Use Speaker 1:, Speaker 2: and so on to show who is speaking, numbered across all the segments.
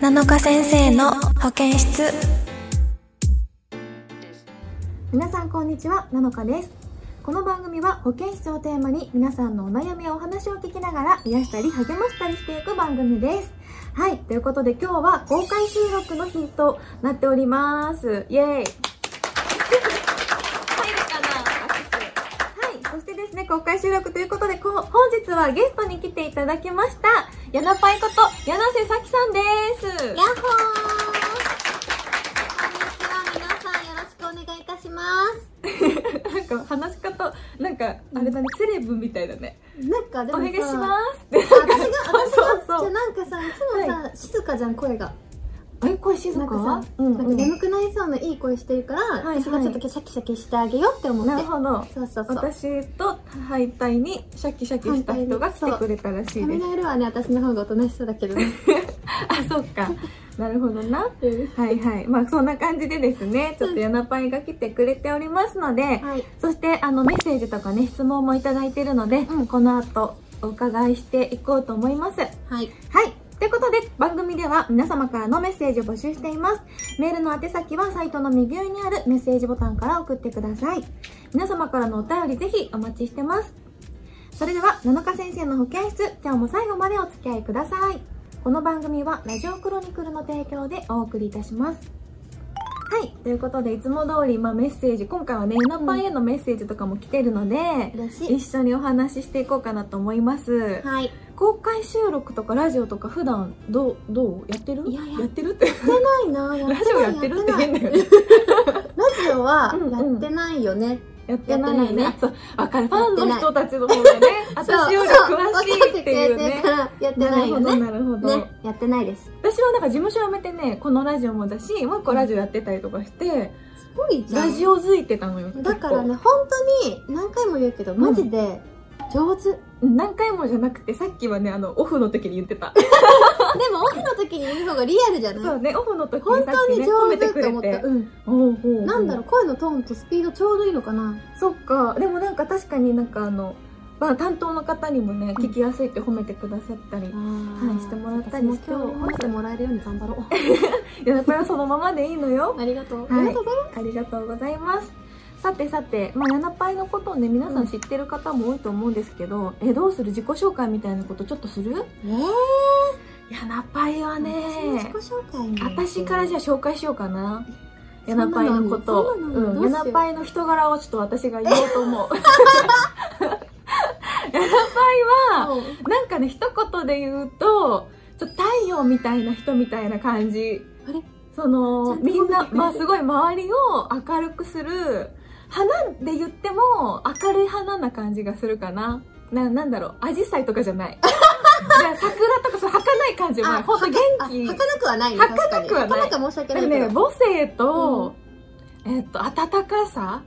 Speaker 1: 七日先生の保健室
Speaker 2: 皆さんこんにちはなのかですこの番組は保健室をテーマに皆さんのお悩みやお話を聞きながら癒したり励ましたりしていく番組ですはいということで今日は公開収録の日となっておりますイエーイはい、そしてですね、公開収録ということで、こ本日はゲストに来ていただきました、やなぱいこと、柳瀬咲さんです。
Speaker 3: ヤッホーこんにちは皆さんよろしくお願いいたします
Speaker 2: なんか話し方なんかあれだねセレブみたいだね
Speaker 3: なんか
Speaker 2: お
Speaker 3: でもさ
Speaker 2: 願いしますって
Speaker 3: 私が私
Speaker 2: そう
Speaker 3: が
Speaker 2: そう
Speaker 3: じゃあなんかさいつもさ、静かじゃん声が
Speaker 2: あれ声静
Speaker 3: なんかさ、
Speaker 2: うん
Speaker 3: なんか眠くなりそうないい声してるから、
Speaker 2: いはい
Speaker 3: 私がちょっとシャキシャキしてあげようって思って
Speaker 2: なるほど
Speaker 3: そうそうそう
Speaker 2: 私と敗退にシャキシャキした人が来てくれたらし
Speaker 3: キ
Speaker 2: い
Speaker 3: ャメ
Speaker 2: です
Speaker 3: ラルはね私の方がおとなしそうだけどね
Speaker 2: あそっかなるほど
Speaker 3: う
Speaker 2: な
Speaker 3: ん
Speaker 2: はいはいまあそんな感じでですねちょっとやなぱいが来てくれておりますので
Speaker 3: はい
Speaker 2: そしてあのメッセージとかね質問もいただいてるので、この後お伺いしていこうと思います
Speaker 3: はい
Speaker 2: はい。ということで、番組では皆様からのメッセージを募集しています。メールの宛先はサイトの右上にあるメッセージボタンから送ってください。皆様からのお便りぜひお待ちしてます。それでは、七日先生の保健室、今日も最後までお付き合いください。この番組はラジオクロニクルの提供でお送りいたします。はい。ということで、いつも通り、まあ、メッセージ、今回はね、うなぱんへのメッセージとかも来てるので、
Speaker 3: 嬉しい
Speaker 2: 一緒にお話ししていこうかなと思います。
Speaker 3: はいし
Speaker 2: 公開収録とかラジオとか普段どうどうやってる
Speaker 3: いやや
Speaker 2: ってるって
Speaker 3: てないなや
Speaker 2: ラジオやってるって
Speaker 3: ない
Speaker 2: 変だよね
Speaker 3: ラジオは
Speaker 2: うんうん
Speaker 3: やってないよね、
Speaker 2: やってないよね
Speaker 3: やってないね
Speaker 2: そうわかるファンの人たちの方がね私より詳しいっていうね
Speaker 3: そうそう分かってくれてるからやってないよね
Speaker 2: なるほどなるほど、
Speaker 3: ねやってないです
Speaker 2: 私はなんか事務所辞めてねこのラジオもだしもう一個ラジオやってたりとかして、
Speaker 3: すごいじゃん
Speaker 2: ラジオづいてたのよ
Speaker 3: だからね本当に何回も言うけどマジで上手、
Speaker 2: 結構うん何回もじゃなくてさっきはねあのオフの時に言ってた
Speaker 3: でもオフの時に言う方がリアルじゃない
Speaker 2: そうねオフの時
Speaker 3: 本
Speaker 2: にさっ
Speaker 3: 当に
Speaker 2: きね褒め
Speaker 3: 上手
Speaker 2: て
Speaker 3: っ
Speaker 2: く
Speaker 3: て思
Speaker 2: れ
Speaker 3: った、
Speaker 2: て
Speaker 3: うん、
Speaker 2: おうおうおう
Speaker 3: なんだろう声のトーンとスピードちょうどいいのかな
Speaker 2: そっかでもなんか確かになんかあの、まあ、担当の方にもね
Speaker 3: うん
Speaker 2: 聞きやすいって褒めてくださったり、
Speaker 3: はい
Speaker 2: してもらったりして
Speaker 3: 今日褒めてもらえるように頑張ろう
Speaker 2: いやこれはそのままでいいのよ
Speaker 3: ありがとう、
Speaker 2: はい
Speaker 3: ありがとうございま
Speaker 2: ありがとうございますさてさて、まあ、ヤナパイのことをね皆さん知ってる方も多いと思うんですけど、えどうする自己紹介みたいなことちょっとする
Speaker 3: すえー
Speaker 2: ヤナパイはね
Speaker 3: 私の自己紹介に
Speaker 2: 私からじゃあ紹介しようかな
Speaker 3: え
Speaker 2: ヤナパイのこ
Speaker 3: そ
Speaker 2: と
Speaker 3: うなの
Speaker 2: うん
Speaker 3: どう
Speaker 2: ヤ
Speaker 3: しよう
Speaker 2: ナパイの人柄をちょっと私が言おうと思うヤナパイは
Speaker 3: うん
Speaker 2: なんかね一言で言うとちょっと太陽みたいな人みたいな感じ
Speaker 3: あれ
Speaker 2: その
Speaker 3: ちゃんと
Speaker 2: みんな、
Speaker 3: 見てくれてる
Speaker 2: まあ、すごい周りを明るくする花で言っても明るい花な感じがするかなななんだろうアジサイとかじゃない じゃあ桜とかそう儚い感じは
Speaker 3: あ
Speaker 2: ほんと元
Speaker 3: あ
Speaker 2: 気
Speaker 3: 儚くはないね
Speaker 2: 儚くはない
Speaker 3: 確かに儚くは申し訳な
Speaker 2: ないん
Speaker 3: け
Speaker 2: か
Speaker 3: ど、
Speaker 2: ね母性と、えっと温かさ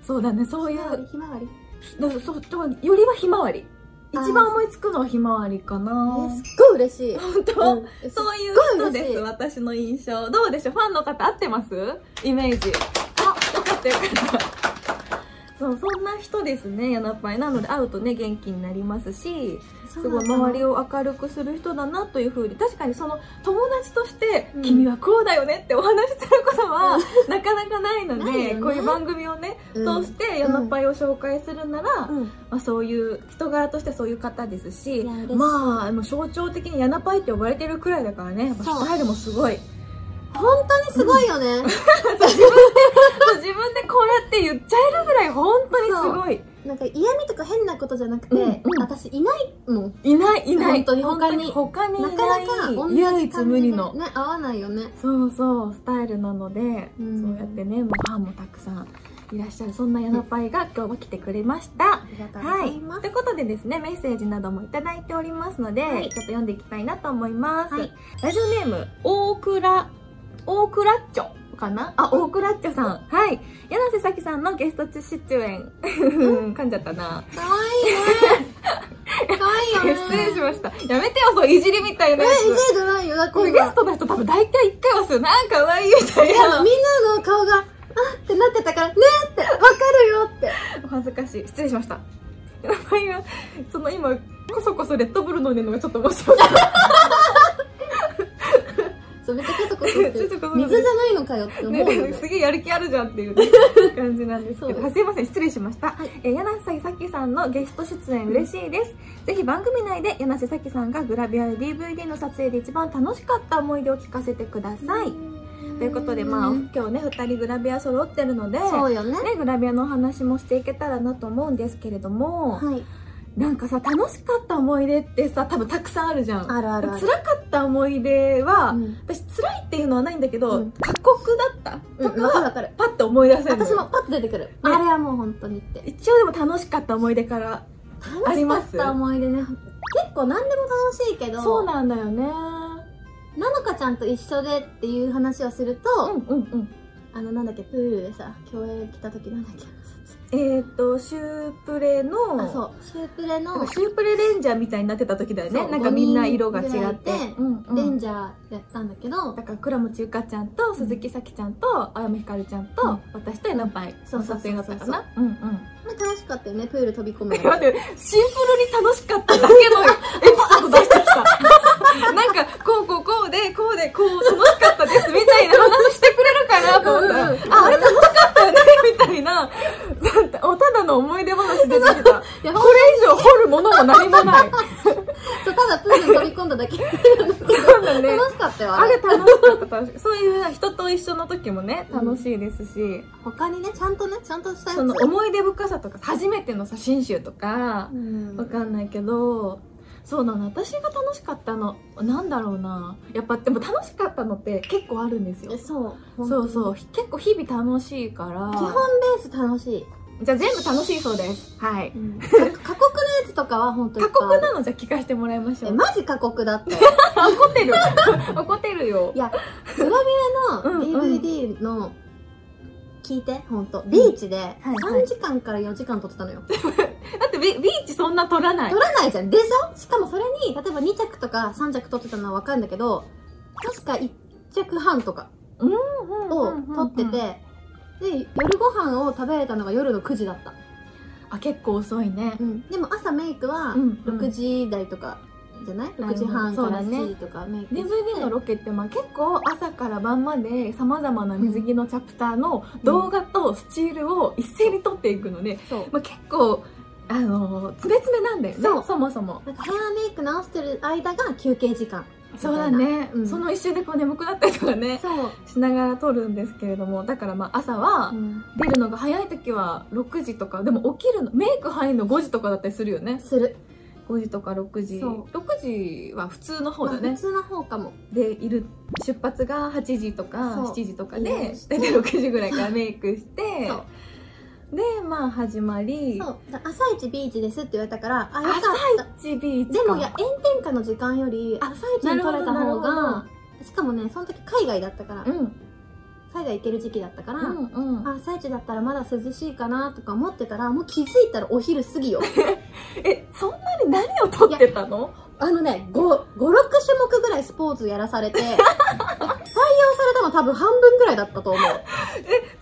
Speaker 2: そうだねそうい
Speaker 3: ひまわり
Speaker 2: う
Speaker 3: ひまわり
Speaker 2: だからそうちょよりはひまわり
Speaker 3: あー
Speaker 2: 一番思いつくのはひまわりか
Speaker 3: え
Speaker 2: な
Speaker 3: ーすっごい嬉しい
Speaker 2: 本
Speaker 3: う
Speaker 2: 当、
Speaker 3: ん
Speaker 2: そういう
Speaker 3: すっ
Speaker 2: 人で
Speaker 3: ごい嬉し
Speaker 2: す、
Speaker 3: い
Speaker 2: 私の印象。どうでしょうファンの方合ってますイメージ。あ、よかったよかった。そう、そんな人ですね、ヤナパイ。なので会うとね、元気になりますし、すごい周り
Speaker 3: を
Speaker 2: を明るくする人だなというふうに、確かにその友達として、
Speaker 3: うん
Speaker 2: 君はこうだよねってお話しすることは、なかなかないの
Speaker 3: ないよ
Speaker 2: で、
Speaker 3: ね
Speaker 2: こういう番組をね、通してヤナパイを紹介するなら、まあ、そういう人柄としてそういう方ですし
Speaker 3: いや嬉しい
Speaker 2: まあもう象徴的にヤナパイって呼ばれてるくらいだからねやっぱ
Speaker 3: そう
Speaker 2: スタイルもすごい
Speaker 3: 本当にすごいよね、
Speaker 2: 自分でこうやって言っちゃえるぐらい本当にすごい
Speaker 3: なんか嫌味とか変なことじゃなくて、
Speaker 2: うんうん
Speaker 3: 私いないもん
Speaker 2: いないいな
Speaker 3: 本
Speaker 2: い
Speaker 3: 当に他に
Speaker 2: 他に
Speaker 3: ないか
Speaker 2: ない
Speaker 3: なか同じ感じ
Speaker 2: 唯一無二の
Speaker 3: でね合わないよね
Speaker 2: そうそうスタイルなので、
Speaker 3: うん
Speaker 2: そうやってねもうファンもたくさんいらっしゃるそんなヤナパイが今日は来てくれました、
Speaker 3: ありがとうござ
Speaker 2: はいい
Speaker 3: ま。す、
Speaker 2: ということでですね、メッセージなどもいただいておりますので、
Speaker 3: はい
Speaker 2: ちょっと読んでいきたいなと思います。
Speaker 3: はい
Speaker 2: ラジオネーム、大倉、大倉っちょかなあ、大倉っちょさん。はい。柳瀬咲さんのゲスト出演。噛んじゃったな。
Speaker 3: かわいいねかわいいよ
Speaker 2: 失
Speaker 3: ね
Speaker 2: 礼しました。やめてよ、そう、いじりみたいなや
Speaker 3: えい
Speaker 2: つ。
Speaker 3: じゃないよだって
Speaker 2: これ
Speaker 3: 今
Speaker 2: ゲストの人多分大体一回はする。なんかわいいみたい
Speaker 3: いや
Speaker 2: な。
Speaker 3: みんなの顔があってなってたからねってわかるよって
Speaker 2: お恥ずかしい。失礼しました。やばいよそ の今、こそこそレッドブル飲んでるのがちょっと面白い。
Speaker 3: そうめっちゃカサカサして
Speaker 2: ちょ
Speaker 3: 水じ
Speaker 2: っとこ
Speaker 3: ゃ
Speaker 2: の
Speaker 3: ないのかよって思う
Speaker 2: ね
Speaker 3: よね、
Speaker 2: すげえやる気あるじゃんっていう感じなんですけど
Speaker 3: そう
Speaker 2: あすいません失礼しました、
Speaker 3: はい
Speaker 2: えー柳瀬咲希さんのゲスト出演嬉しいです、ぜひ番組内で柳瀬咲希さんがグラビアや DVD の撮影で一番楽しかった思い出を聞かせてください、ということでまあ
Speaker 3: うん
Speaker 2: 今日ね2人グラビア揃ってるので
Speaker 3: そうよね
Speaker 2: ね、グラビアのお話もしていけたらなと思うんですけれども、
Speaker 3: はい
Speaker 2: なんかさ楽しかった思い出ってさ多分たくさんあるじゃん
Speaker 3: あるあるある
Speaker 2: 辛かった思い出は、
Speaker 3: うん
Speaker 2: 私辛いっていうのはないんだけど、
Speaker 3: うん
Speaker 2: 過酷だった
Speaker 3: う
Speaker 2: と
Speaker 3: ん
Speaker 2: か
Speaker 3: わかる
Speaker 2: は、
Speaker 3: わかる
Speaker 2: パッと思い出せるのよ
Speaker 3: 私もパッと出てくる、あれはもう本当にって
Speaker 2: 一応でも楽しかった思い出からあ
Speaker 3: 楽
Speaker 2: り
Speaker 3: しか
Speaker 2: ま
Speaker 3: っ
Speaker 2: す
Speaker 3: た思い出ね結構何でも楽しいけど
Speaker 2: そうなんだよね
Speaker 3: なのかちゃんと一緒でっていう話をする
Speaker 2: う
Speaker 3: と、
Speaker 2: んうんうん
Speaker 3: あのなんだっけプールでさ競泳来た時なんだっけ
Speaker 2: えっ、ー、とシュープレの
Speaker 3: あそうシュープレ
Speaker 2: なん
Speaker 3: の
Speaker 2: かシュープレレンジャーみたいになってた時だよね
Speaker 3: そう
Speaker 2: なんかみんな色が
Speaker 3: 五
Speaker 2: 違
Speaker 3: 人ぐら
Speaker 2: っ
Speaker 3: いい
Speaker 2: て
Speaker 3: て
Speaker 2: うんうん
Speaker 3: レンジャーやったんだけど、
Speaker 2: だから倉持ゆかちゃんと鈴木咲ちゃんと青山ひかるちゃん
Speaker 3: う
Speaker 2: と
Speaker 3: ん
Speaker 2: 私とエナパイの撮影だったかなうんうん
Speaker 3: まあ楽しかったよねプール飛び 込む
Speaker 2: 待ってシンプルに楽しかっただけのエピソード出してきたなんかこうこうこうでこうでこう楽しかったですみたいな話してくれるかなと思ったら、
Speaker 3: うんうんうん
Speaker 2: ああれ楽しかったよねみたいななんておただの思い出話出てきた
Speaker 3: いや
Speaker 2: これ以上掘るものも何もない
Speaker 3: そうただプールに飛び込んだ だけ
Speaker 2: そうだね
Speaker 3: 楽しかったよあ
Speaker 2: あ
Speaker 3: れ
Speaker 2: れ楽しかった楽しかったそういう人と一緒の時もね楽しいですし、
Speaker 3: 他にねちゃんとねちゃんとしたやつ
Speaker 2: その思い出深さとか初めてのさ信州とか
Speaker 3: うん
Speaker 2: わかんないけどそうなの私が楽しかったのなんだろうなやっぱでも楽しかったのって結構あるんですよ
Speaker 3: そう
Speaker 2: そう
Speaker 3: う
Speaker 2: そう結構日々楽しいから
Speaker 3: 基本ベース楽しい、
Speaker 2: じゃあ全部楽しいそうですはい
Speaker 3: 過酷なやつとかは本当にい
Speaker 2: 過
Speaker 3: っぱいある
Speaker 2: 酷なのじゃあ聞かせてもらいましょ
Speaker 3: え
Speaker 2: う
Speaker 3: マジ過酷だ ったよ
Speaker 2: 怒ってる 怒ってるよ
Speaker 3: いやグラ
Speaker 2: うん
Speaker 3: ビアの
Speaker 2: うん
Speaker 3: DVD の聞いて本当ビーチで
Speaker 2: はい
Speaker 3: 3時間から4時間撮ってたのよ
Speaker 2: だってビビーチそんな撮らない
Speaker 3: 取らないじゃんでしょしかもそれに例えば2着とか3着取ってたのは分かるんだけど確か1着半とかを取ってて、で夜ご飯を食べれたのが夜の9時だった、
Speaker 2: あ結構遅いね
Speaker 3: でも朝メイクは
Speaker 2: うんうん
Speaker 3: 6時台とかじゃない、
Speaker 2: ん
Speaker 3: ?6 時半か
Speaker 2: そうだ
Speaker 3: ら
Speaker 2: ね
Speaker 3: 7時とかメイクして、
Speaker 2: DVD のロケってまあ結構朝から晩までさまざまな水着のチャプターの動画とスチールを一斉に撮っていくので、
Speaker 3: そう
Speaker 2: まあ、結構あのー、つめつめなんだよね
Speaker 3: そう
Speaker 2: そもそも
Speaker 3: なんかヘアメイク直してる間が休憩時間
Speaker 2: そうだね、
Speaker 3: うん
Speaker 2: その一周でこう眠くなったりとかね
Speaker 3: そう、
Speaker 2: しながら撮るんですけれどもだからまあ朝は出るのが早い時は6時とかでも起きるのメイク入るの5時とかだったりするよね
Speaker 3: する、
Speaker 2: 5時とか6時
Speaker 3: そ
Speaker 2: 6時は普通の方
Speaker 3: まあ
Speaker 2: だ
Speaker 3: 普
Speaker 2: ね
Speaker 3: 通の方かも
Speaker 2: でいる出発が8時とか
Speaker 3: そう
Speaker 2: 7時とか
Speaker 3: いい
Speaker 2: で
Speaker 3: ね
Speaker 2: 大体6時ぐらいからメイクして
Speaker 3: そう
Speaker 2: でまあ始まり
Speaker 3: そうだから朝一ビーチですって言われたからあよかった
Speaker 2: 1ビーチ
Speaker 3: で
Speaker 2: か
Speaker 3: もいや炎天下の時間より
Speaker 2: あ
Speaker 3: 朝一に取れた
Speaker 2: なる
Speaker 3: 方
Speaker 2: ほどな
Speaker 3: がしかもねその時海外だったから
Speaker 2: うん
Speaker 3: 海外行ける時期だったから、
Speaker 2: うんうん
Speaker 3: あ朝一だったらまだ涼しいかなとか思ってたらもう気づいたらお昼過ぎよ
Speaker 2: えそんなに何を撮ってたの
Speaker 3: あのね56種目ぐらいスポーツやらされて 採用されたの多分半分ぐらいだったと思う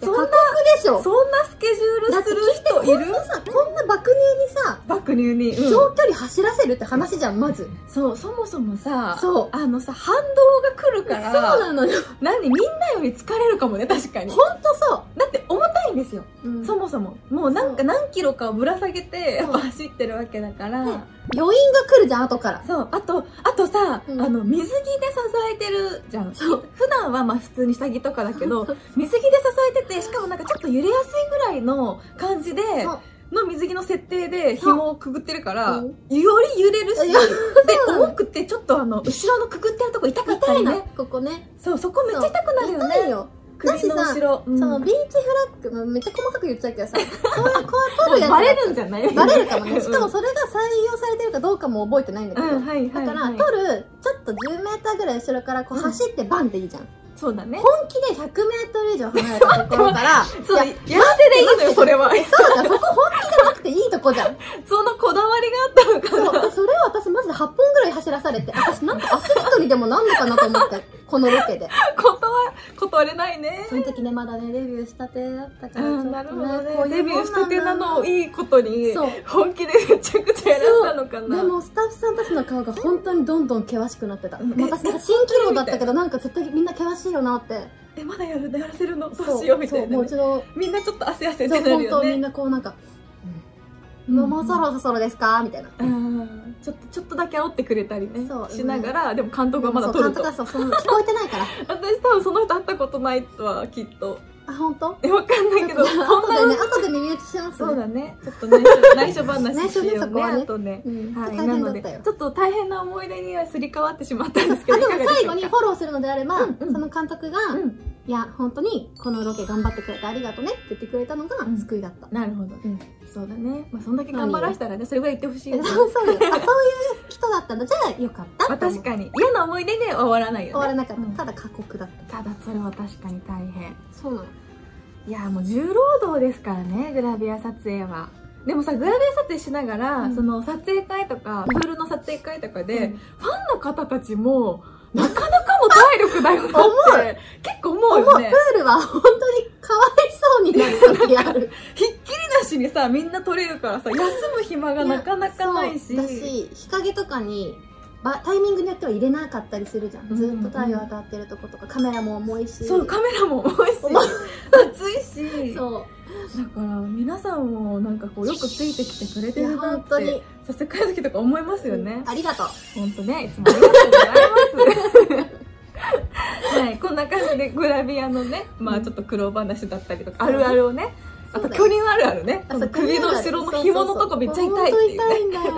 Speaker 2: えそん
Speaker 3: 過
Speaker 2: な
Speaker 3: 酷でしょ
Speaker 2: そんなスケジュールする人いる
Speaker 3: こんなさこんな爆乳にさ
Speaker 2: 爆乳に、うん
Speaker 3: 長距離走らせるって話じゃんまず、
Speaker 2: そうそもそもさ
Speaker 3: そう
Speaker 2: あのさ反動が来る
Speaker 3: そう
Speaker 2: から
Speaker 3: なのよ
Speaker 2: 何みんなより疲れるかもね確かに
Speaker 3: ほん
Speaker 2: だ
Speaker 3: とそ
Speaker 2: って重たいんですよ
Speaker 3: う、うん
Speaker 2: そもそももうなんか何キロかをぶら下げてやっぱ走ってるわけだから
Speaker 3: ね余韻が来るじゃん後から
Speaker 2: そうあとあとさ、
Speaker 3: うん
Speaker 2: あの水着で支えてるじゃん
Speaker 3: そう
Speaker 2: 普段はまあ普通に下着とかだけど水着で支えててしかもなんかちょっと揺れやすいぐらいの感じで
Speaker 3: そう
Speaker 2: の水着の設定で
Speaker 3: そう
Speaker 2: 紐をくぐってるから、
Speaker 3: うん
Speaker 2: より揺れるし
Speaker 3: い
Speaker 2: で
Speaker 3: やそうなの
Speaker 2: 重くてちょっとあの後ろのくぐってるとこ痛かった
Speaker 3: 痛い
Speaker 2: り
Speaker 3: な、
Speaker 2: ね
Speaker 3: ここね
Speaker 2: そうそこめっちゃ痛くなるよね
Speaker 3: 痛いよ
Speaker 2: 首の後ろ、うん
Speaker 3: そ
Speaker 2: も
Speaker 3: の
Speaker 2: う
Speaker 3: ビーチフラッグもうめっちゃ細かく言っちゃう けどさそういうこう撮るやつ
Speaker 2: バレるんじゃない
Speaker 3: バレるかもねしかも
Speaker 2: うん
Speaker 3: それが採用されてるかどうかも覚えてないんだけど、
Speaker 2: うんはいはい、はい、
Speaker 3: だから撮るちょっと 10m ぐらい後ろからこう
Speaker 2: うん
Speaker 3: 走ってバンっていいじゃん、
Speaker 2: そうだね
Speaker 3: 本気で 100m 以上離れたところから
Speaker 2: そう
Speaker 3: い
Speaker 2: や
Speaker 3: や
Speaker 2: らせでいいのよそれは
Speaker 3: そうだそこ本気じゃなくていいとこじゃん
Speaker 2: そのこだわりがあったのかな
Speaker 3: そうそれを私マジで8本ぐらい走らされて私なんかアスリートにでもなんのかなと思ってこのロケで
Speaker 2: 断断れないね
Speaker 3: その時ねまだねデビューしたてだったからちょっと
Speaker 2: なるほど
Speaker 3: ねこう
Speaker 2: ね
Speaker 3: いう
Speaker 2: デビューしたてなのをいいことに
Speaker 3: そう
Speaker 2: 本気でめちゃくちゃやられたのかな
Speaker 3: でもスタッフさんたちの顔が本当にどんどん険しくなってた
Speaker 2: うん
Speaker 3: 私なんか新規模だったけ どなんか絶対みんな険しいよなって
Speaker 2: えまだやるやらせるのどうしようみたい
Speaker 3: そうもう
Speaker 2: なね
Speaker 3: 一度
Speaker 2: みんなちょっと汗汗って
Speaker 3: そう
Speaker 2: なる
Speaker 3: 本
Speaker 2: よ
Speaker 3: 当みん
Speaker 2: ね
Speaker 3: なこうなんか「
Speaker 2: うん
Speaker 3: もうもうそろそろですか?」みたいな
Speaker 2: うんちょっとちょっとだけ煽ってくれたりね
Speaker 3: そう
Speaker 2: しながらでも監督はまだ
Speaker 3: そう
Speaker 2: 撮る
Speaker 3: 監
Speaker 2: と
Speaker 3: 督は
Speaker 2: 私
Speaker 3: そうその聞こえてないから
Speaker 2: 多分その人会ったことないとはきっと
Speaker 3: あ本当
Speaker 2: えわかんない けどそん
Speaker 3: 後
Speaker 2: な
Speaker 3: でね後でね身内します
Speaker 2: そ
Speaker 3: ね
Speaker 2: うだねちょっと内緒内緒
Speaker 3: 内
Speaker 2: 話し
Speaker 3: 緒ね
Speaker 2: よ
Speaker 3: そうこ
Speaker 2: ね
Speaker 3: はね
Speaker 2: あとね
Speaker 3: うん
Speaker 2: はい、
Speaker 3: 大
Speaker 2: な
Speaker 3: 変
Speaker 2: の
Speaker 3: だっ
Speaker 2: で
Speaker 3: たよ
Speaker 2: ちょっと大変な思い出にはすり替わってしまったんですけ
Speaker 3: あで
Speaker 2: ど
Speaker 3: も
Speaker 2: いかがし
Speaker 3: 最
Speaker 2: ょうか
Speaker 3: 後にフォローするのであれば、
Speaker 2: うんうん
Speaker 3: その監督が、
Speaker 2: うん
Speaker 3: いや本当にこのロケ頑張ってくれてありがとうねって言ってくれたのが
Speaker 2: うん
Speaker 3: 救いだった、
Speaker 2: なるほど、
Speaker 3: ん
Speaker 2: そうだねまあそんだけ頑張らしたらねそれぐらい言ってほしい
Speaker 3: え
Speaker 2: よ ね
Speaker 3: そうそうよあそういう人だったんだじゃあよかった
Speaker 2: まあ
Speaker 3: と思
Speaker 2: 確
Speaker 3: う
Speaker 2: かに嫌な思い出では終わらない
Speaker 3: 終
Speaker 2: よ
Speaker 3: わ
Speaker 2: ね
Speaker 3: らなかった、
Speaker 2: うん
Speaker 3: ただ過酷だった
Speaker 2: ただそれは確かに大変
Speaker 3: そうなの
Speaker 2: いやもう重労働ですからねグラビア撮影はでもさグラビア撮影しながら、
Speaker 3: うん
Speaker 2: その撮影会とかプールの撮影会とかで、
Speaker 3: うん
Speaker 2: ファンの方たちもなかなかの体力だよなって結構思う
Speaker 3: も
Speaker 2: よ
Speaker 3: うプ
Speaker 2: ね
Speaker 3: ールは本当にかわいそうになる時ある
Speaker 2: ひっきりなしにさみんな撮れるからさ休む暇がなかなか ないし
Speaker 3: そうだし日陰とかにばタイミングによっては入れなかったりするじゃん、
Speaker 2: うん
Speaker 3: ずっと太陽当たってるとことかカメラも重いし
Speaker 2: そうカメラも重いし
Speaker 3: 重い
Speaker 2: 暑いし
Speaker 3: そう
Speaker 2: だから皆さんもなんかこうよくついてきてくれて
Speaker 3: いや
Speaker 2: るな
Speaker 3: 本
Speaker 2: っ
Speaker 3: 当に
Speaker 2: てさせ会の時とか思いますよね、
Speaker 3: ありがとう
Speaker 2: 本当ね、いつもありがとうございます。はい、こんな感じでグラビアのね、まあちょっと苦労話だったりとか、あるあるをね、あ
Speaker 3: そう
Speaker 2: と
Speaker 3: だ
Speaker 2: 巨
Speaker 3: よ
Speaker 2: 乳あるあるね、
Speaker 3: あ
Speaker 2: あ
Speaker 3: そう
Speaker 2: と首の後ろの紐のとこめっちゃ痛いっていう
Speaker 3: そうそうそう本当痛
Speaker 2: ね、
Speaker 3: いんだよ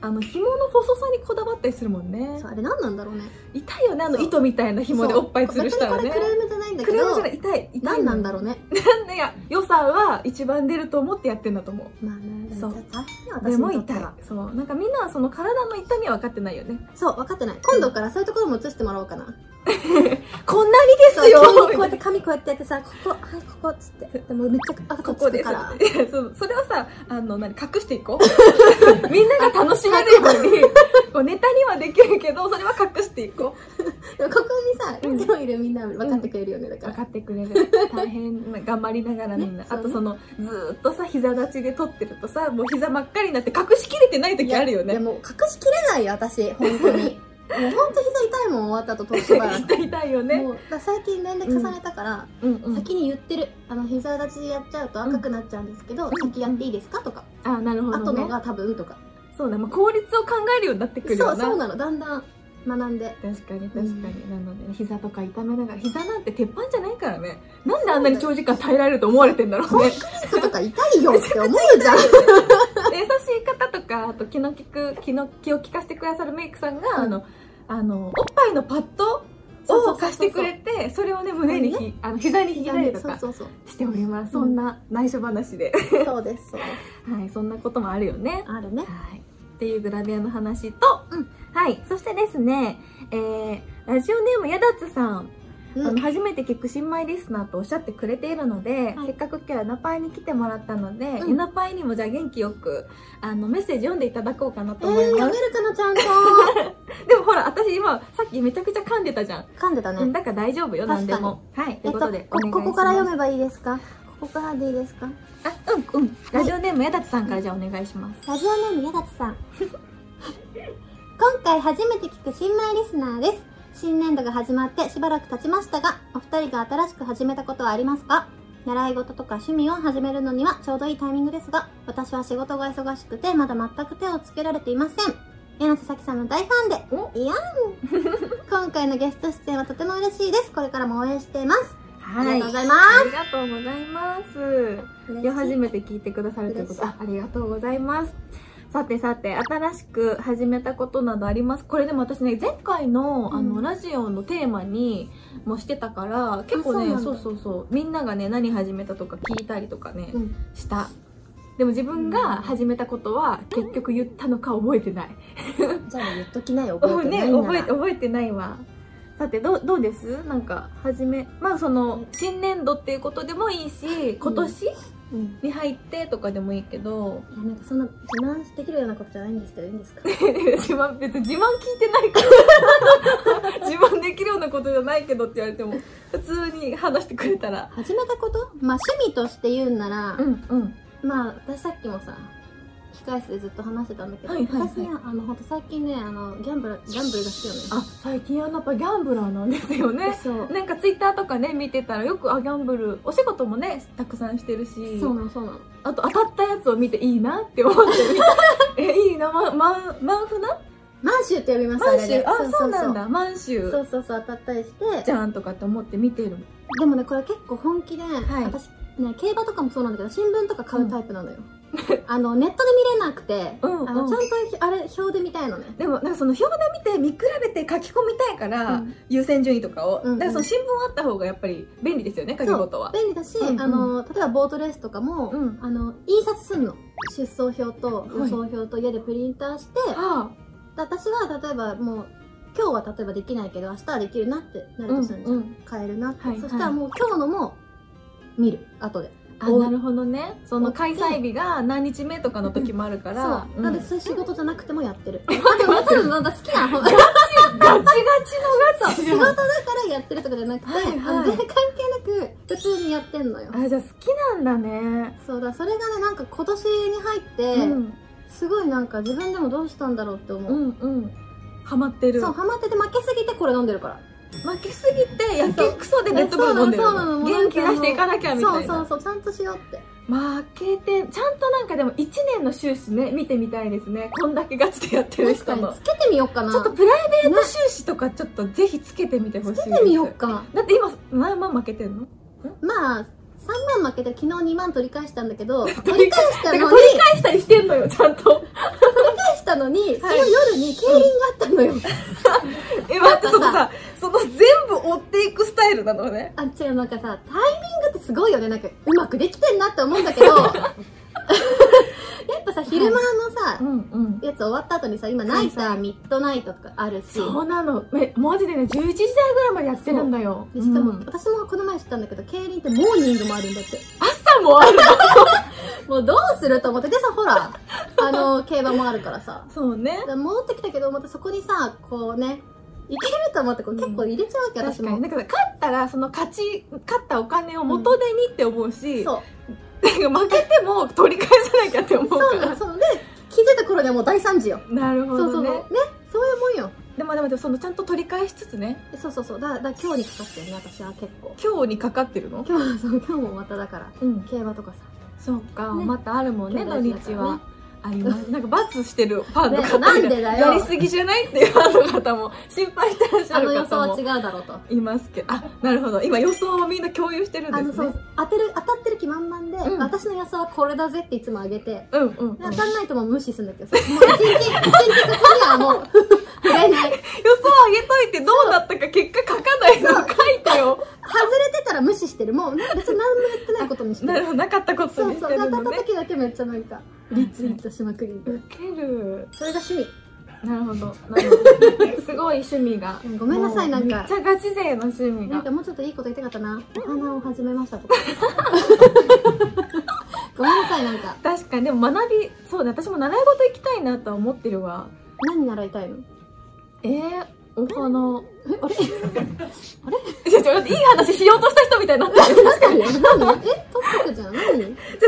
Speaker 2: あの紐の細さにこだわったりするもんね
Speaker 3: そ。うあれ何なんだろうね
Speaker 2: 痛いよね、あの
Speaker 3: そう
Speaker 2: 糸みたいな紐でおっぱい
Speaker 3: そう
Speaker 2: 吊るしたらね
Speaker 3: 別にこ。れクレームじゃないんだ
Speaker 2: ク
Speaker 3: け
Speaker 2: レームじゃな
Speaker 3: ど
Speaker 2: い、痛い、痛い。
Speaker 3: 何なんだろうね
Speaker 2: なんでや、予算は一番出ると思ってやってんだと思う。
Speaker 3: まあね
Speaker 2: そう
Speaker 3: 大変よ
Speaker 2: で
Speaker 3: 私
Speaker 2: も
Speaker 3: にとっ
Speaker 2: 痛
Speaker 3: て
Speaker 2: い
Speaker 3: は。
Speaker 2: そう。なんかみんなはその体の痛みは分かってないよね。
Speaker 3: そう分かってない今度からそういうところも映してもらおうかな
Speaker 2: こんなにで
Speaker 3: そう
Speaker 2: すよ
Speaker 3: 急にこうやって髪こうやってやってさここはいここっつってでもめっちゃあ
Speaker 2: こ
Speaker 3: こ
Speaker 2: こ
Speaker 3: こ
Speaker 2: で
Speaker 3: ですから
Speaker 2: そうそれをさあの何隠していこ うみんなが楽しめるよう にこうネタにはできるけどそれは隠していこ
Speaker 3: でもここにさ手を入れるみんな分かってくれるよねだ
Speaker 2: う
Speaker 3: か
Speaker 2: 分
Speaker 3: ら
Speaker 2: かってくれる 大変まあ頑張りながらみんな、
Speaker 3: ね
Speaker 2: あと
Speaker 3: そ
Speaker 2: そのずーっとさ膝立ちで撮ってるとさもう膝真っ赤になって隠しきれてない時あるよ
Speaker 3: いや
Speaker 2: ね
Speaker 3: もう隠しきれないよ私 本当にもう本当膝痛いもん終わった後としばらく
Speaker 2: 痛い痛いよね
Speaker 3: もうだから最近年齢重ねたから、
Speaker 2: うんうん
Speaker 3: 先に言ってるあの膝立ちでやっちゃうと赤くなっちゃうんですけど、
Speaker 2: うん
Speaker 3: 先やっていいですかとか、
Speaker 2: あなるほ
Speaker 3: 後の
Speaker 2: どね
Speaker 3: が多分とか、
Speaker 2: そうだ、まあ、効率を考えるようになってくる
Speaker 3: そ
Speaker 2: よ
Speaker 3: う
Speaker 2: な
Speaker 3: そうなのだんだん学んで
Speaker 2: 確かに確かに、なので膝とか痛めながら膝なんて鉄板じゃないからねなんであんなに長時間耐えられると思われてんだろうね
Speaker 3: 人とか痛いよって思う じゃん
Speaker 2: で優しい方とかあと気の利く気の気を利かせてくださるメイクさんが、
Speaker 3: うん
Speaker 2: あのあのおっぱいのパッド
Speaker 3: そうそうそうそ
Speaker 2: を
Speaker 3: う
Speaker 2: 貸してくれてそれをね胸にひ、あの膝に引いたりと
Speaker 3: そう
Speaker 2: か
Speaker 3: そうそう
Speaker 2: しております
Speaker 3: うん
Speaker 2: そんな内緒話で、
Speaker 3: そうですそうです
Speaker 2: はいそんなこともあるよね
Speaker 3: あるね
Speaker 2: はいっていうグラビアの話と、
Speaker 3: うん
Speaker 2: はいそしてですねえーラジオネームやだつさんあの初めて聞く新米リスナーとおっしゃってくれているので、
Speaker 3: はい
Speaker 2: せっかく今日はエナパイに来てもらったので、
Speaker 3: うん
Speaker 2: エナパイにもじゃあ元気よくあのメッセージ読んでいただこうかな
Speaker 3: え
Speaker 2: と
Speaker 3: ー、
Speaker 2: 思い
Speaker 3: 読
Speaker 2: ま
Speaker 3: め
Speaker 2: す、
Speaker 3: るかなちゃんと
Speaker 2: でもほら私今さっきめちゃくちゃ噛んでたじゃん、
Speaker 3: 噛んでた
Speaker 2: うん
Speaker 3: ね
Speaker 2: だから大丈夫よ
Speaker 3: 確
Speaker 2: 何で
Speaker 3: かに
Speaker 2: もはいと
Speaker 3: え
Speaker 2: い
Speaker 3: っ
Speaker 2: う
Speaker 3: と
Speaker 2: ことで、
Speaker 3: こ
Speaker 2: お願いします
Speaker 3: ここから読めばいいですかここからでいいですか
Speaker 2: あうんうんラジオネームやだつさんからじゃあお願いします、
Speaker 3: ラジオネームやだつさん今回初めて聞く新米リスナーです新年度が始まってしばらく経ちましたがお二人が新しく始めたことはありますか習い事とか趣味を始めるのにはちょうどいいタイミングですが私は仕事が忙しくてまだ全く手をつけられていません柳瀬咲さんの大ファンで
Speaker 2: お
Speaker 3: いやん今回のゲスト出演はとても嬉しいですこれからも応援しています、
Speaker 2: は
Speaker 3: ありがとうございま
Speaker 2: ありがとうございます
Speaker 3: す
Speaker 2: いや初
Speaker 3: て
Speaker 2: めて聞いてくださるということ
Speaker 3: 嬉
Speaker 2: あありがとうございますさてさて新しく始めたことなどありますこれでも私ね前回の,、あ
Speaker 3: う
Speaker 2: の
Speaker 3: ん
Speaker 2: ラジオのテーマにもしてたから結構ね
Speaker 3: あ
Speaker 2: そ
Speaker 3: そうなんだ
Speaker 2: うそうそうみんながね何始めたとか聞いたりとかね、
Speaker 3: うん
Speaker 2: したでも自分が始めたことは結局言ったのか覚えてない、
Speaker 3: じゃあ言っときなよ覚えてない
Speaker 2: ね
Speaker 3: なら、
Speaker 2: 覚え覚えてないわさてどうどうですなんか始めまあその新年度っていうことでもいいし今年、
Speaker 3: うん
Speaker 2: に入ってとかでもいいけど
Speaker 3: いやなんかそんな自慢できるようなことじゃないんですけどいいんですか
Speaker 2: 自慢別に自慢聞いてないから 自慢できるようなことじゃないけどって言われても普通に話してくれたら
Speaker 3: 始めたことまあ趣味として言うんなら、
Speaker 2: んうん
Speaker 3: まあ私さっきもさ控室でずっと話してたんだけど、
Speaker 2: はいはいはい
Speaker 3: 私ねあのほんと最近ねあのギャンブルギャンブルが好きよね
Speaker 2: あ最近あなたギャンブラーなんですよね
Speaker 3: そう
Speaker 2: なんかツイッターとかね見てたらよくあギャンブルお仕事もねたくさんしてるし
Speaker 3: そうなのそうなの
Speaker 2: あと当たったやつを見ていいなって思って 見てえいいなマンマンマンフナ
Speaker 3: 満州って呼びます
Speaker 2: 満
Speaker 3: あ
Speaker 2: 州
Speaker 3: れ
Speaker 2: あそうなんだ満州
Speaker 3: そうそうそう当たったりして
Speaker 2: じゃんとかって思って見てる
Speaker 3: でもねこれ結構本気で、
Speaker 2: い
Speaker 3: 私ね競馬とかもそうなんだけど新聞とか買うタイプなのよ、あのネットで見れなくて、
Speaker 2: うんうん
Speaker 3: あのちゃんとあれ表で見たいのね
Speaker 2: でもなんかその表で見て見比べて書き込みたいから、
Speaker 3: うん
Speaker 2: 優先順位とかを、
Speaker 3: うんうん
Speaker 2: だからその新聞あった方がやっぱり便利ですよね書き事は
Speaker 3: 便利だし、
Speaker 2: うんうん
Speaker 3: あの例えばボートレースとかも、
Speaker 2: うん
Speaker 3: あの印刷すんの出走表と
Speaker 2: い
Speaker 3: 予想表と家でプリンターして、
Speaker 2: あ
Speaker 3: で私は例えばもう今日は例えばできないけど明日はできるなってなるとするじゃん、
Speaker 2: うんうん
Speaker 3: 買えるなって、
Speaker 2: はいはい
Speaker 3: そしたらもう今日のも見る後で
Speaker 2: あなるほどねその開催日が何日目とかの時もあるか
Speaker 3: そう
Speaker 2: ら、
Speaker 3: な
Speaker 2: うん
Speaker 3: ので
Speaker 2: ガチ
Speaker 3: そういう仕事じゃなくてもやってる、あでも多分なんか好きな方そう
Speaker 2: ガチのガチ
Speaker 3: 仕事だからやってるとかじゃなくて、
Speaker 2: はいはい
Speaker 3: あの全然関係なく普通にやってんのよ
Speaker 2: あじゃあ好きなんだね、
Speaker 3: そうだそれがねなんか今年に入って、
Speaker 2: うん
Speaker 3: すごいなんか自分でもどうしたんだろうって思
Speaker 2: う
Speaker 3: う、
Speaker 2: んうんハマってる
Speaker 3: そうハマってて負けすぎてこれ飲んでるから
Speaker 2: 負けすぎてやけくそでレッドブル飲んでる
Speaker 3: そうなのそうなの
Speaker 2: の元気出していかなきゃみたいな
Speaker 3: そうそうそうちゃんとしようって
Speaker 2: 負けてちゃんとなんかでも1年の収支ね見てみたいですねこんだけガチでやってる
Speaker 3: 確
Speaker 2: 人
Speaker 3: か
Speaker 2: の
Speaker 3: につけてみようかな
Speaker 2: ちょっとプライベート収支とかちょっとぜひつけてみてほしい
Speaker 3: つ
Speaker 2: です
Speaker 3: けてみようか
Speaker 2: だって今何万負けてんの
Speaker 3: まあ3万負けて昨日2万取り返したんだけ ど取
Speaker 2: り
Speaker 3: り返した
Speaker 2: なん
Speaker 3: の
Speaker 2: か
Speaker 3: に
Speaker 2: 取り返したりしてんのよちゃ んと
Speaker 3: 返したのに、
Speaker 2: は い
Speaker 3: その夜に競輪があったのよ、
Speaker 2: え待ってそのさその全部追っていくスタイルなのね
Speaker 3: あ違うなんかさタイミングってすごいよねなんかうまくできてんなって思うん だけどやっぱさ昼間のさ、
Speaker 2: んうん
Speaker 3: やつ終わった後にさ今ナイタ
Speaker 2: はいは
Speaker 3: ーミッドナイトとかあるし
Speaker 2: そうなのえマジでね11時台ぐらいまでやってるんだよ
Speaker 3: でしかも、
Speaker 2: うん
Speaker 3: 私もこの前知ったんだけど競輪ってモーニングもあるんだって
Speaker 2: 朝もある
Speaker 3: もうどうすると思ってでさほらあの競馬もあるからさ
Speaker 2: そうね
Speaker 3: だから戻ってきたけどまたそこにさこうねいけると思ってこう結構入れちゃうわけ、私
Speaker 2: 確か
Speaker 3: も
Speaker 2: にだから勝ったらその勝ち勝ったお金を元手にって思うし、
Speaker 3: そう
Speaker 2: なんか負けても取り返さなきゃって思うか
Speaker 3: そうなの
Speaker 2: ら
Speaker 3: そうで気づいた頃にはもう大惨事よ、
Speaker 2: なるほ
Speaker 3: そうそ
Speaker 2: ど
Speaker 3: う
Speaker 2: ね
Speaker 3: ねそういうもんよ
Speaker 2: でもでもでもそのちゃんと取り返しつつね
Speaker 3: でそうそうそうだだ今日にかかってるね私は結構
Speaker 2: 今日にかかってるの
Speaker 3: 今日はそう今日もまただから
Speaker 2: うん
Speaker 3: 競馬とかさ
Speaker 2: そうか、
Speaker 3: ね
Speaker 2: またあるもんね
Speaker 3: 今
Speaker 2: 土
Speaker 3: 日大事
Speaker 2: 日
Speaker 3: だから
Speaker 2: は
Speaker 3: ね
Speaker 2: ありますなんか罰してるファンの方
Speaker 3: ねなんでだよ
Speaker 2: やりすぎじゃないっていうファンの方も心配してらっしゃ
Speaker 3: あの
Speaker 2: る
Speaker 3: 予想
Speaker 2: 方
Speaker 3: は
Speaker 2: も
Speaker 3: 違うだろうと
Speaker 2: いますけどあなるほど今予想をみんな共有してるん
Speaker 3: あの
Speaker 2: です
Speaker 3: そ
Speaker 2: ね
Speaker 3: う当てる当たってる気満々で、
Speaker 2: うん
Speaker 3: 私の予想はこれだぜっていつもあげて
Speaker 2: うんうん、うん、
Speaker 3: 当
Speaker 2: 予
Speaker 3: たんないともう無視するんだけどさもう一日一日そこにはもう触れない
Speaker 2: 想上げといてどうなったか結果書かないの書いてよ
Speaker 3: 外れてたら無視してるもうなんか別に何もやってないことにして
Speaker 2: なる
Speaker 3: る
Speaker 2: ほどなかったこ
Speaker 3: そ
Speaker 2: と
Speaker 3: う
Speaker 2: にし
Speaker 3: そ
Speaker 2: て
Speaker 3: うで
Speaker 2: る
Speaker 3: 当た
Speaker 2: の
Speaker 3: った
Speaker 2: ね
Speaker 3: 時だけめっちゃなんか
Speaker 2: リツイート
Speaker 3: トしまくりみたいな
Speaker 2: ウケる
Speaker 3: それが趣味
Speaker 2: なるほどなる ほどすごい趣味が
Speaker 3: ごめんなさいなん
Speaker 2: めっ
Speaker 3: か
Speaker 2: ちゃガチ勢の趣味
Speaker 3: なん
Speaker 2: が
Speaker 3: かもうちょっといいこと言ってなかったなお花を始めま したとかごめんなさいなんか
Speaker 2: 確かにでも学びそうね私も習い事行きたいなとは思ってるわ
Speaker 3: 何習いたいの
Speaker 2: えー、お花
Speaker 3: え あれ
Speaker 2: いやちょいい話しようとした人みたいになってる
Speaker 3: 確かに何えトップじゃん何
Speaker 2: じゃあ何でもち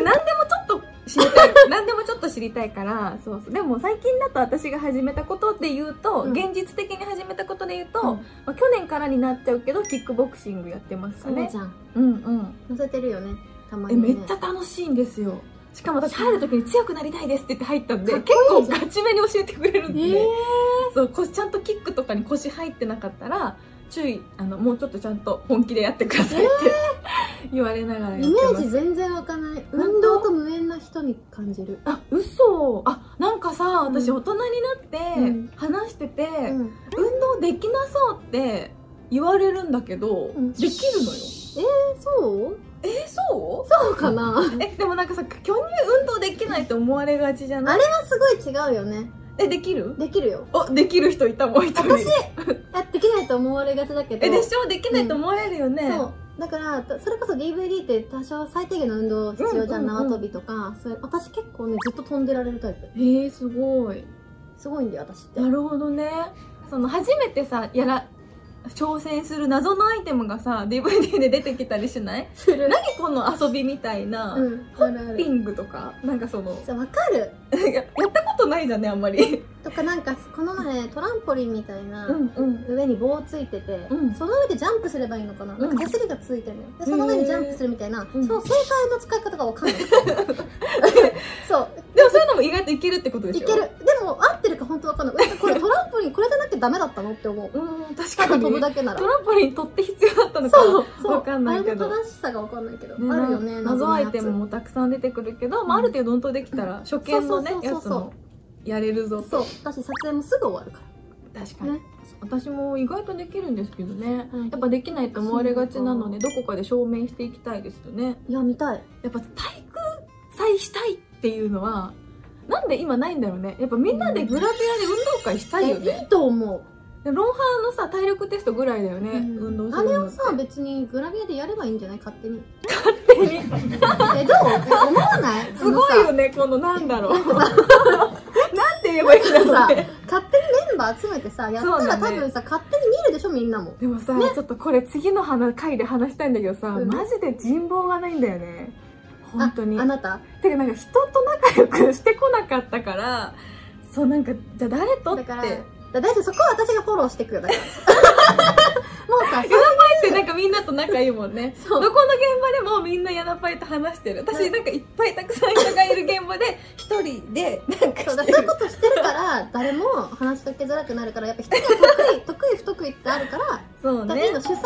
Speaker 2: ょっと知りたい 何でもちょっと知りたいからそうそうでも最近だと私が始めたことで言うと、
Speaker 3: うん
Speaker 2: 現実的に始めたことで言うと、
Speaker 3: うん
Speaker 2: まあ、去年からになっちゃうけどキックボクシングやってます
Speaker 3: そう
Speaker 2: ね
Speaker 3: じゃん
Speaker 2: うんう
Speaker 3: 載
Speaker 2: ん
Speaker 3: せてるよねたま
Speaker 2: え
Speaker 3: にね
Speaker 2: めっちゃ楽しいんですよしかも私入る時に強くなりたいですって言って入ったんで
Speaker 3: かっ
Speaker 2: 結
Speaker 3: こい
Speaker 2: 構
Speaker 3: いじゃん
Speaker 2: ガチめに教えてくれるんで、
Speaker 3: え
Speaker 2: そうこちゃんとキックとかに腰入ってなかったら注意あのもうちょっとちゃんと本気でやってくださいって言われながらや
Speaker 3: ー
Speaker 2: っ
Speaker 3: イ
Speaker 2: て
Speaker 3: メ
Speaker 2: ま
Speaker 3: ー
Speaker 2: す
Speaker 3: ジ全然わかんない
Speaker 2: 当
Speaker 3: 運動と無縁な人に感じる
Speaker 2: あ嘘あなんかさ
Speaker 3: うん
Speaker 2: 私大人に
Speaker 3: うん
Speaker 2: なって話してて、
Speaker 3: うん
Speaker 2: 運動できなそうって言われるんだけど、
Speaker 3: ん
Speaker 2: できるのよ
Speaker 3: そう
Speaker 2: えそう
Speaker 3: そうかな
Speaker 2: えでもなんかさ巨乳運動できないと思われがちじゃない
Speaker 3: あれはすごい違うよね
Speaker 2: えできる
Speaker 3: できるよ
Speaker 2: おできる人いたもん一人
Speaker 3: 私あできないと思われがちだけど
Speaker 2: えでしょできないと思われるよね、
Speaker 3: そうだからたそれこそ DVD って多少最低限の運動必要じゃん,、
Speaker 2: うんうんうん
Speaker 3: 縄跳びとかそれ私結構ねずっと飛んでられるタイプ
Speaker 2: へえすごい
Speaker 3: すごいんだよ私って
Speaker 2: なるほどねその初めてさやら挑戦する謎のアイテムがさ DVD で出てきたりしない
Speaker 3: する
Speaker 2: 何この遊びみたいな、
Speaker 3: うん
Speaker 2: ホ
Speaker 3: あるあ
Speaker 2: ッピ
Speaker 3: る
Speaker 2: ングとかなんかその
Speaker 3: そうわかる
Speaker 2: ややったことないじゃんねあんまり
Speaker 3: とかなんかこのねトランポリンみたいな、
Speaker 2: うん
Speaker 3: 上に棒ついてて、
Speaker 2: うん
Speaker 3: その上でジャンプすればいいのかな、なんか手すりがついてるのよでその上にジャンプするみたいな、
Speaker 2: うん
Speaker 3: その正解の使い方がわ かんないそう
Speaker 2: でもそういうのも意外といけるってことでし
Speaker 3: い
Speaker 2: ょ
Speaker 3: けるでも合ってるか本当わかんないなんかこれトランポリンこれじゃなきゃダメだったのって思 う
Speaker 2: うん確
Speaker 3: た
Speaker 2: か
Speaker 3: だ
Speaker 2: に
Speaker 3: 飛ぶだけなら
Speaker 2: トランポリン取って必要だったのか
Speaker 3: そうそう
Speaker 2: わかんないけど
Speaker 3: あれの正しさがわかんないけど、
Speaker 2: ね
Speaker 3: あるよね
Speaker 2: 謎
Speaker 3: の
Speaker 2: ア
Speaker 3: やつ
Speaker 2: イテムもたくさん出てくるけど、まあ、ある程度運動できたら初見のね
Speaker 3: そうそう
Speaker 2: や
Speaker 3: そう
Speaker 2: つ
Speaker 3: そう
Speaker 2: もやれるぞ
Speaker 3: そう
Speaker 2: と
Speaker 3: 私撮影もすぐ終わるか
Speaker 2: 確からに、
Speaker 3: ね
Speaker 2: 私も意外とできるんですけどね、
Speaker 3: はい
Speaker 2: やっぱできないと思われがちなのでどこかで証明していきたいですよね
Speaker 3: いや見たい
Speaker 2: やっぱ体育祭したいっていうのはなんで今ないんだろうねやっぱみんなでグラビアで運動会したいよ
Speaker 3: えい
Speaker 2: ね、
Speaker 3: いと思う、
Speaker 2: でロンハーのさ体力テストぐらいだよね、
Speaker 3: うん
Speaker 2: 運動す
Speaker 3: あ
Speaker 2: る
Speaker 3: れ
Speaker 2: の
Speaker 3: をさ別にグラビアでやればいいんじゃない勝手に
Speaker 2: って
Speaker 3: えどうえ思わない
Speaker 2: すごい
Speaker 3: あの
Speaker 2: よねこの なんだろうなんて言えばいいんだろうね
Speaker 3: さ勝手にメンバー集めてさやった
Speaker 2: そう
Speaker 3: ら
Speaker 2: だね
Speaker 3: 多分さ、勝手に見るでしょみんなも
Speaker 2: でもさ、ちょっとこれ次の話回で話したいんだけどさ、
Speaker 3: うん
Speaker 2: マジで人望がないんだよね本当に
Speaker 3: ああなた
Speaker 2: てかなんか人と仲良くしてこなかったからそうなんかじゃあ誰と
Speaker 3: だ
Speaker 2: って
Speaker 3: からだ大丈夫そこは私がフォローしてくよだ からもうさ
Speaker 2: ってなんかみんなと仲いいもんね
Speaker 3: そう
Speaker 2: どこの現場でもみんなヤナパイと話してる
Speaker 3: は
Speaker 2: 私
Speaker 3: い
Speaker 2: なんかいっぱいたくさん人がいる現場で一人でなんか
Speaker 3: そうだ
Speaker 2: し
Speaker 3: からそ
Speaker 2: て
Speaker 3: ういう
Speaker 2: る
Speaker 3: ことしてるから誰も話しかけづらくなるからやっぱ人には得意得意不得意ってあるから
Speaker 2: そう
Speaker 3: だか
Speaker 2: ね
Speaker 3: ら今主催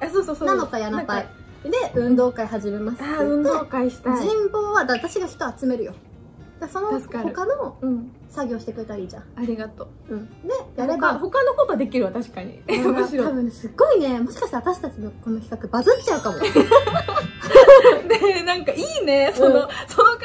Speaker 2: あそうそうそう
Speaker 3: なのかやなぱ
Speaker 2: ん
Speaker 3: い
Speaker 2: か
Speaker 3: で運動会始めますって
Speaker 2: あー
Speaker 3: 言
Speaker 2: 運
Speaker 3: って
Speaker 2: 動会したい
Speaker 3: 人望はだ私が人集めるよだからその
Speaker 2: 助かる
Speaker 3: 他の
Speaker 2: うん
Speaker 3: 作業してくれたらいいじゃん、
Speaker 2: ありがと
Speaker 3: う
Speaker 2: う
Speaker 3: ん、でやれ
Speaker 2: 他
Speaker 3: ば
Speaker 2: 他のことできるわ確かに
Speaker 3: だから
Speaker 2: むしろ
Speaker 3: 多分ねすっごいねもしかしたら私たちのこの企画バズっちゃうか も
Speaker 2: でなんかいいねその、その感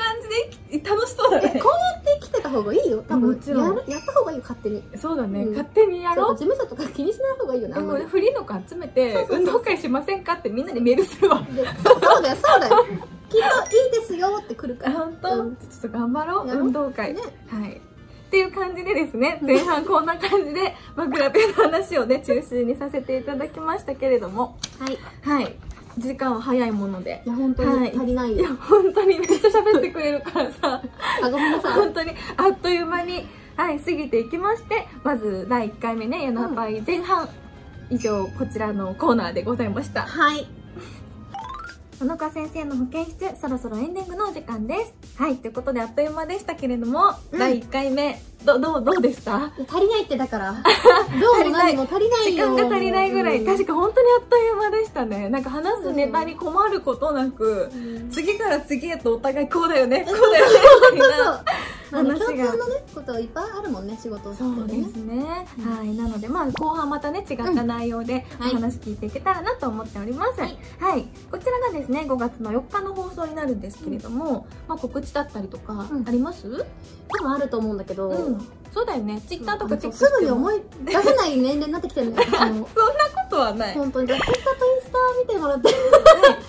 Speaker 2: じで楽しそうだ
Speaker 3: え
Speaker 2: ね
Speaker 3: こうやって生きてた方がいいよ多分
Speaker 2: もちろん
Speaker 3: やるやった方がいいよ勝手に
Speaker 2: そうだね、
Speaker 3: うん
Speaker 2: 勝手にや
Speaker 3: ちょ
Speaker 2: ろ
Speaker 3: っと
Speaker 2: う
Speaker 3: 事務所とか気にしない方がいいよね
Speaker 2: で
Speaker 3: あんま
Speaker 2: も
Speaker 3: り
Speaker 2: フリーの子集めて運動会しませんかってみんなにメールするわ
Speaker 3: でそうそうだよそうだよきっといいですよって来るから
Speaker 2: 本当、
Speaker 3: うん
Speaker 2: ちょっと頑張ろう
Speaker 3: やろう
Speaker 2: 運動会、
Speaker 3: ね
Speaker 2: はいっていう感じでですね前半こんな感じ で枕ペンの話をね中心にさせていただきましたけれども
Speaker 3: はいい
Speaker 2: はい時間は早いもので
Speaker 3: や本当
Speaker 2: はい
Speaker 3: に足りない
Speaker 2: い
Speaker 3: よ、
Speaker 2: や本当にめっちゃ喋ってくれるからさ
Speaker 3: あごめんなさい
Speaker 2: 本当にあっという間に、はい、過ぎていきましてまず第1回目ね「ヤナパイ」前半、以上こちらのコーナーでございました
Speaker 3: はい
Speaker 2: 野中先生の保健室そろそろエンディングのお時間ですはいということであっという間でしたけれども、
Speaker 3: うん
Speaker 2: 第1回目どどうどうでした
Speaker 3: いや足りないってだ からどうも何も足りない
Speaker 2: 時
Speaker 3: よ
Speaker 2: 間が足りないぐらい、確
Speaker 3: か
Speaker 2: か本当にあっという間でしたねなんか話すネタに困ることなく、
Speaker 3: にそう
Speaker 2: 次から次へとお互いこうだよねこうだよねみたい な
Speaker 3: まあね
Speaker 2: 話
Speaker 3: 共
Speaker 2: が
Speaker 3: 通のねこといっぱいあるもんね仕事って
Speaker 2: そうで
Speaker 3: ね
Speaker 2: すね、はいなのでまあ後半またね違った内容でお
Speaker 3: はい
Speaker 2: 話聞いていけたらなと思っております、はい、こちらがですね5月の4日の放送になるんですけれども、まあ、告知だったりとか
Speaker 3: うん
Speaker 2: あります、うん
Speaker 3: 多分あると思うんだけど、
Speaker 2: そうだよねツイッターとかチェック
Speaker 3: すぐに
Speaker 2: い
Speaker 3: 思い出せない年齢になってきてるのよ私も
Speaker 2: そんなことはない、
Speaker 3: 本当にツイッターとインスタ見てもらって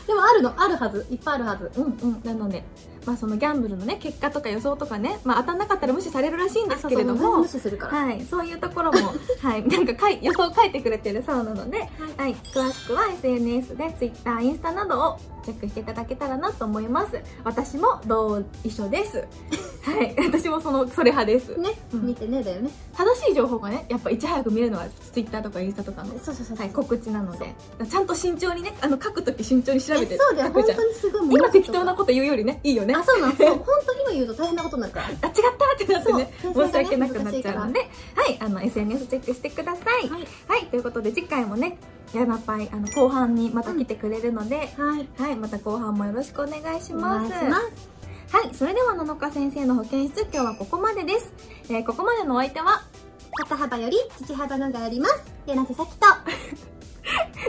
Speaker 3: でもあるのあるはずいっぱいあるはず
Speaker 2: うんうん、なので、まあ、そのギャンブルの、ね、結果とか予想とかね、まあ、当たんなかったら無視されるらしいんですけれど
Speaker 3: そうそう
Speaker 2: も
Speaker 3: 無視するから
Speaker 2: はい、そういうところ も、はい、なんかかい予想を書いてくれてるそうなので、はい、詳しくは SNS で Twitter、インスタなどをチェックしていただけたらなと思います。私も同一緒です。はい、私もその、それ派です。
Speaker 3: ね、
Speaker 2: うん
Speaker 3: 見てねだよね
Speaker 2: 正しい情報がね、やっぱいち早く見るのは Twitter とかインスタとかの、
Speaker 3: そうそうそうそう
Speaker 2: はい、告知なので、ちゃんと慎重にね、あの、書くとき慎重に調べ
Speaker 3: え
Speaker 2: て
Speaker 3: そうだよ
Speaker 2: 書く
Speaker 3: 本
Speaker 2: じゃん
Speaker 3: 当。にすごい
Speaker 2: 今適当な
Speaker 3: こ
Speaker 2: こと言うよりね、いいよね。
Speaker 3: あそうなのそう本当今言うと大変なことになるから
Speaker 2: あ違ったってなってね
Speaker 3: そう
Speaker 2: 申し訳なくなっちゃうので、はいあの SNS チェックしてください、はい
Speaker 3: い
Speaker 2: ということで次回もねヤナパイあの後半にまた来てくれるので、
Speaker 3: はい
Speaker 2: はいまた後半もよろしくお願いし
Speaker 3: お
Speaker 2: ま
Speaker 3: 願い
Speaker 2: す
Speaker 3: します
Speaker 2: はいそれでは野々花先生の保健室今日はここまでです、えーここまでのお相手は
Speaker 3: 肩幅より父幅のがあります柳瀬咲と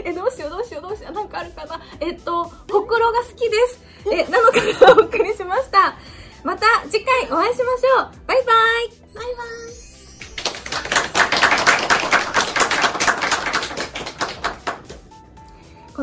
Speaker 2: えどうしようどうしようどうしようなんかあるかなえっとほくろが好きですえなのからお送りしましたまた次回お会いしましょうバイバイ
Speaker 3: バイバイ
Speaker 2: ここ